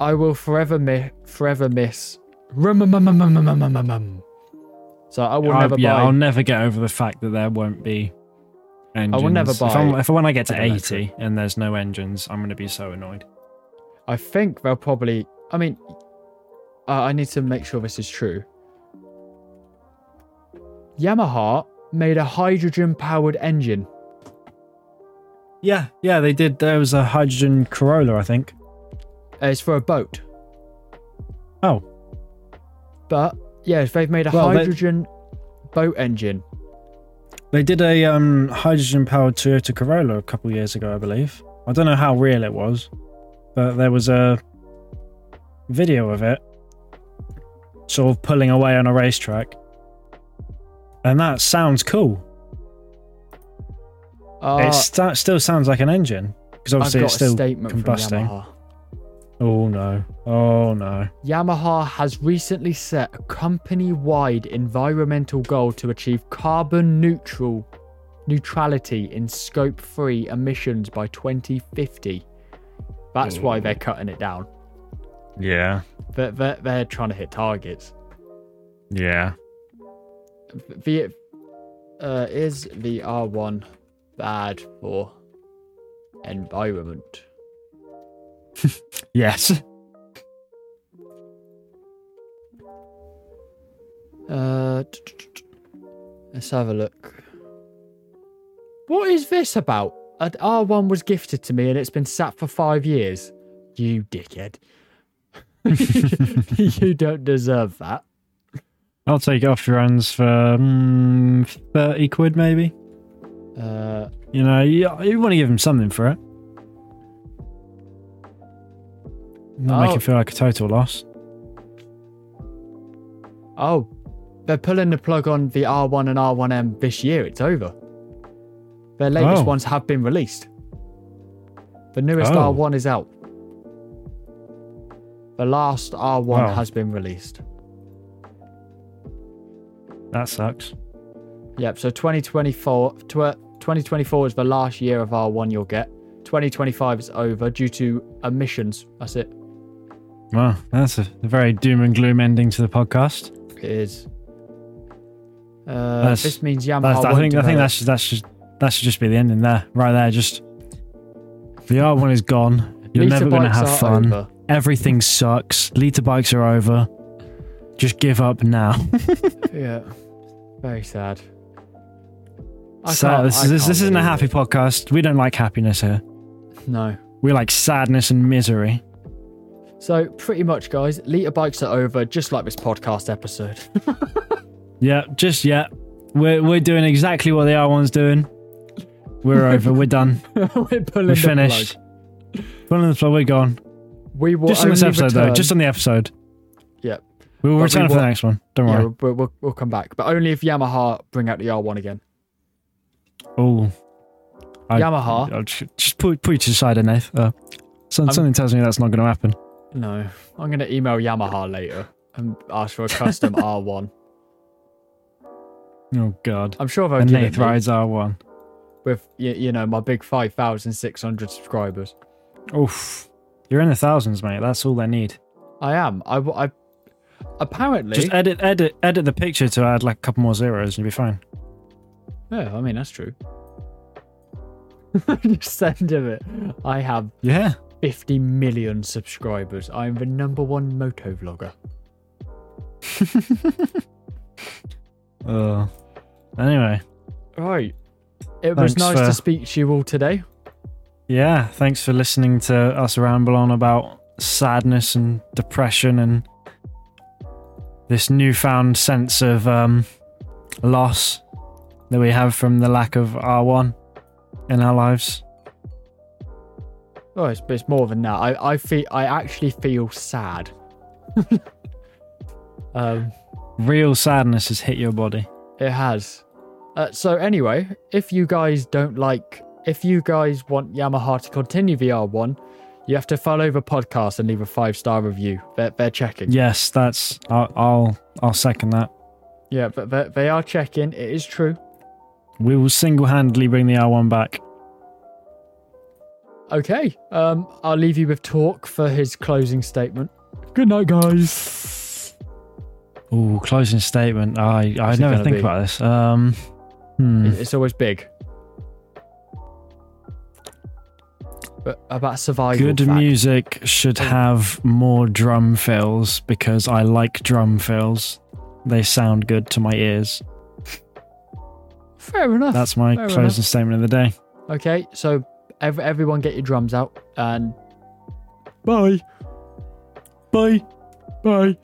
[SPEAKER 2] I will forever miss forever miss rum-a-mum-a-mum-a-mum-a-mum-a-mum. So I will
[SPEAKER 1] I,
[SPEAKER 2] never
[SPEAKER 1] yeah,
[SPEAKER 2] buy
[SPEAKER 1] I'll never get over the fact that there won't be engines.
[SPEAKER 2] never
[SPEAKER 1] If,
[SPEAKER 2] buy
[SPEAKER 1] I'm, if when I get to
[SPEAKER 2] an electric.
[SPEAKER 1] 80 and there's no engines, I'm going to be so annoyed.
[SPEAKER 2] I think they'll probably I mean I I need to make sure this is true. Yamaha made a hydrogen powered engine.
[SPEAKER 1] Yeah. Yeah, they did. There was a hydrogen Corolla, I think.
[SPEAKER 2] Uh, It's for a boat.
[SPEAKER 1] Oh.
[SPEAKER 2] But yeah, they've made a
[SPEAKER 1] Well, they-
[SPEAKER 2] hydrogen boat engine.
[SPEAKER 1] They did a um, hydrogen powered Toyota Corolla a couple years ago, I believe. I don't know how real it was, but there was a video of it sort of pulling away on a racetrack. And that sounds cool.
[SPEAKER 2] Uh,
[SPEAKER 1] it sta- still sounds like an engine because
[SPEAKER 2] I've
[SPEAKER 1] obviously
[SPEAKER 2] got
[SPEAKER 1] it's
[SPEAKER 2] a
[SPEAKER 1] still.
[SPEAKER 2] statement
[SPEAKER 1] combusting.
[SPEAKER 2] from Yamaha.
[SPEAKER 1] Oh no. Oh no.
[SPEAKER 2] Yamaha has recently set a company-wide environmental goal to achieve carbon neutral neutrality in scope 3 emissions by 2050. That's why they're cutting it down.
[SPEAKER 1] Yeah.
[SPEAKER 2] They're, they're, they're trying to hit targets.
[SPEAKER 1] Yeah.
[SPEAKER 2] The, uh, is the R1 bad for environment?
[SPEAKER 1] Yes.
[SPEAKER 2] Uh, t- t- t- t- let's have a look. What is this about? An R1 was gifted to me and it's been sat for five years. You dickhead. you don't deserve that.
[SPEAKER 1] I'll take it off your hands for mm, 30 quid maybe.
[SPEAKER 2] Uh,
[SPEAKER 1] You know, you, you want to give him something for it. Not make
[SPEAKER 2] Oh.
[SPEAKER 1] it feel like a total loss.
[SPEAKER 2] oh, they're pulling the plug on the R1 and R1M this year. It's over. Their latest
[SPEAKER 1] Oh.
[SPEAKER 2] ones have been released. The newest
[SPEAKER 1] Oh.
[SPEAKER 2] R1 is out. The last R1
[SPEAKER 1] Wow.
[SPEAKER 2] has been released.
[SPEAKER 1] That sucks.
[SPEAKER 2] Yep, so 2024, tw- 2024 is the last year of R1 you'll get. 2025 is over due to emissions. That's it.
[SPEAKER 1] Well, that's a very doom and gloom ending to the podcast.
[SPEAKER 2] It is. Uh,
[SPEAKER 1] That's-
[SPEAKER 2] this means Yamaha.
[SPEAKER 1] That's, I
[SPEAKER 2] won't
[SPEAKER 1] think I think
[SPEAKER 2] develop-
[SPEAKER 1] that's that's just that should just be the ending there, right there. Just the R one is gone. You're
[SPEAKER 2] Lita
[SPEAKER 1] never going to
[SPEAKER 2] bikes
[SPEAKER 1] have
[SPEAKER 2] are
[SPEAKER 1] fun.
[SPEAKER 2] over.
[SPEAKER 1] Everything sucks. Liter bikes are over. Just give up now.
[SPEAKER 2] yeah, very sad. I
[SPEAKER 1] so
[SPEAKER 2] can't-
[SPEAKER 1] this
[SPEAKER 2] I
[SPEAKER 1] is this,
[SPEAKER 2] can't
[SPEAKER 1] this isn't a
[SPEAKER 2] believe
[SPEAKER 1] happy podcast. We don't like happiness here.
[SPEAKER 2] it. No.
[SPEAKER 1] We like sadness and misery.
[SPEAKER 2] So pretty much, guys, liter bikes are over, just like this podcast episode.
[SPEAKER 1] Yeah, just yeah. We're we're doing exactly what the R one's doing. We're over. We're done.
[SPEAKER 2] We're pulling
[SPEAKER 1] We're
[SPEAKER 2] the
[SPEAKER 1] finished.
[SPEAKER 2] plug.
[SPEAKER 1] Pulling the plug. We're gone.
[SPEAKER 2] We will
[SPEAKER 1] just on this
[SPEAKER 2] only
[SPEAKER 1] episode, though.
[SPEAKER 2] return-
[SPEAKER 1] Just on the episode.
[SPEAKER 2] Yep.
[SPEAKER 1] We will
[SPEAKER 2] But we
[SPEAKER 1] return for
[SPEAKER 2] will-
[SPEAKER 1] the next one. Don't
[SPEAKER 2] Yeah,
[SPEAKER 1] worry.
[SPEAKER 2] we'll, we'll, we'll come back, but only if Yamaha bring out the R1 again.
[SPEAKER 1] Oh, I-
[SPEAKER 2] Yamaha,
[SPEAKER 1] I'll ju- just put put you to the side, Nath. Uh, some-
[SPEAKER 2] I'm-
[SPEAKER 1] something tells me that's not going to happen.
[SPEAKER 2] no. I'm gonna email Yamaha later and ask for a custom R1.
[SPEAKER 1] Oh God.
[SPEAKER 2] I'm sure they'll
[SPEAKER 1] and
[SPEAKER 2] give it
[SPEAKER 1] Nath
[SPEAKER 2] me
[SPEAKER 1] rides R one.
[SPEAKER 2] with you, you know my big 5,600 subscribers.
[SPEAKER 1] Oof. You're in the thousands, mate. That's all they need.
[SPEAKER 2] I am. I, w- I- apparently.
[SPEAKER 1] Just edit, edit, edit the picture to add like a couple more zeros, and you'll be fine.
[SPEAKER 2] yeah, I mean that's true. Just send him it. I have
[SPEAKER 1] Yeah.
[SPEAKER 2] 50 million subscribers. I'm the number one moto vlogger.
[SPEAKER 1] Oh. Anyway.
[SPEAKER 2] Right. It was
[SPEAKER 1] Thanks
[SPEAKER 2] nice
[SPEAKER 1] for-
[SPEAKER 2] to speak to you all today.
[SPEAKER 1] Yeah, thanks for listening to us ramble on about sadness and depression and this newfound sense of um, loss that we have from the lack of R1 in our lives.
[SPEAKER 2] Oh, it's, it's more than that. I, I feel I actually feel sad. um,
[SPEAKER 1] Real sadness has hit your body.
[SPEAKER 2] it has. Uh, so anyway, if you guys don't like, if you guys want Yamaha to continue VR one, you have to follow the podcast and leave a five star review. They're, they're checking.
[SPEAKER 1] Yes, that's I'll I'll, I'll second that.
[SPEAKER 2] Yeah, but they, they are checking. It is true.
[SPEAKER 1] We will single-handedly bring the R1 back.
[SPEAKER 2] Okay. Um, I'll leave you with Talk for his closing statement. Good night, guys.
[SPEAKER 1] Ooh, closing statement. I I
[SPEAKER 2] What's it
[SPEAKER 1] never
[SPEAKER 2] gonna
[SPEAKER 1] think
[SPEAKER 2] be?
[SPEAKER 1] about this. Um, hmm.
[SPEAKER 2] It- It's always big. But about survival.
[SPEAKER 1] Good
[SPEAKER 2] fact.
[SPEAKER 1] music should have more drum fills because I like drum fills. They sound good to my ears.
[SPEAKER 2] Fair enough.
[SPEAKER 1] That's my
[SPEAKER 2] Oh, Fair
[SPEAKER 1] closing
[SPEAKER 2] enough.
[SPEAKER 1] statement of the day.
[SPEAKER 2] Okay, so ev- everyone get your drums out and bye, bye, bye.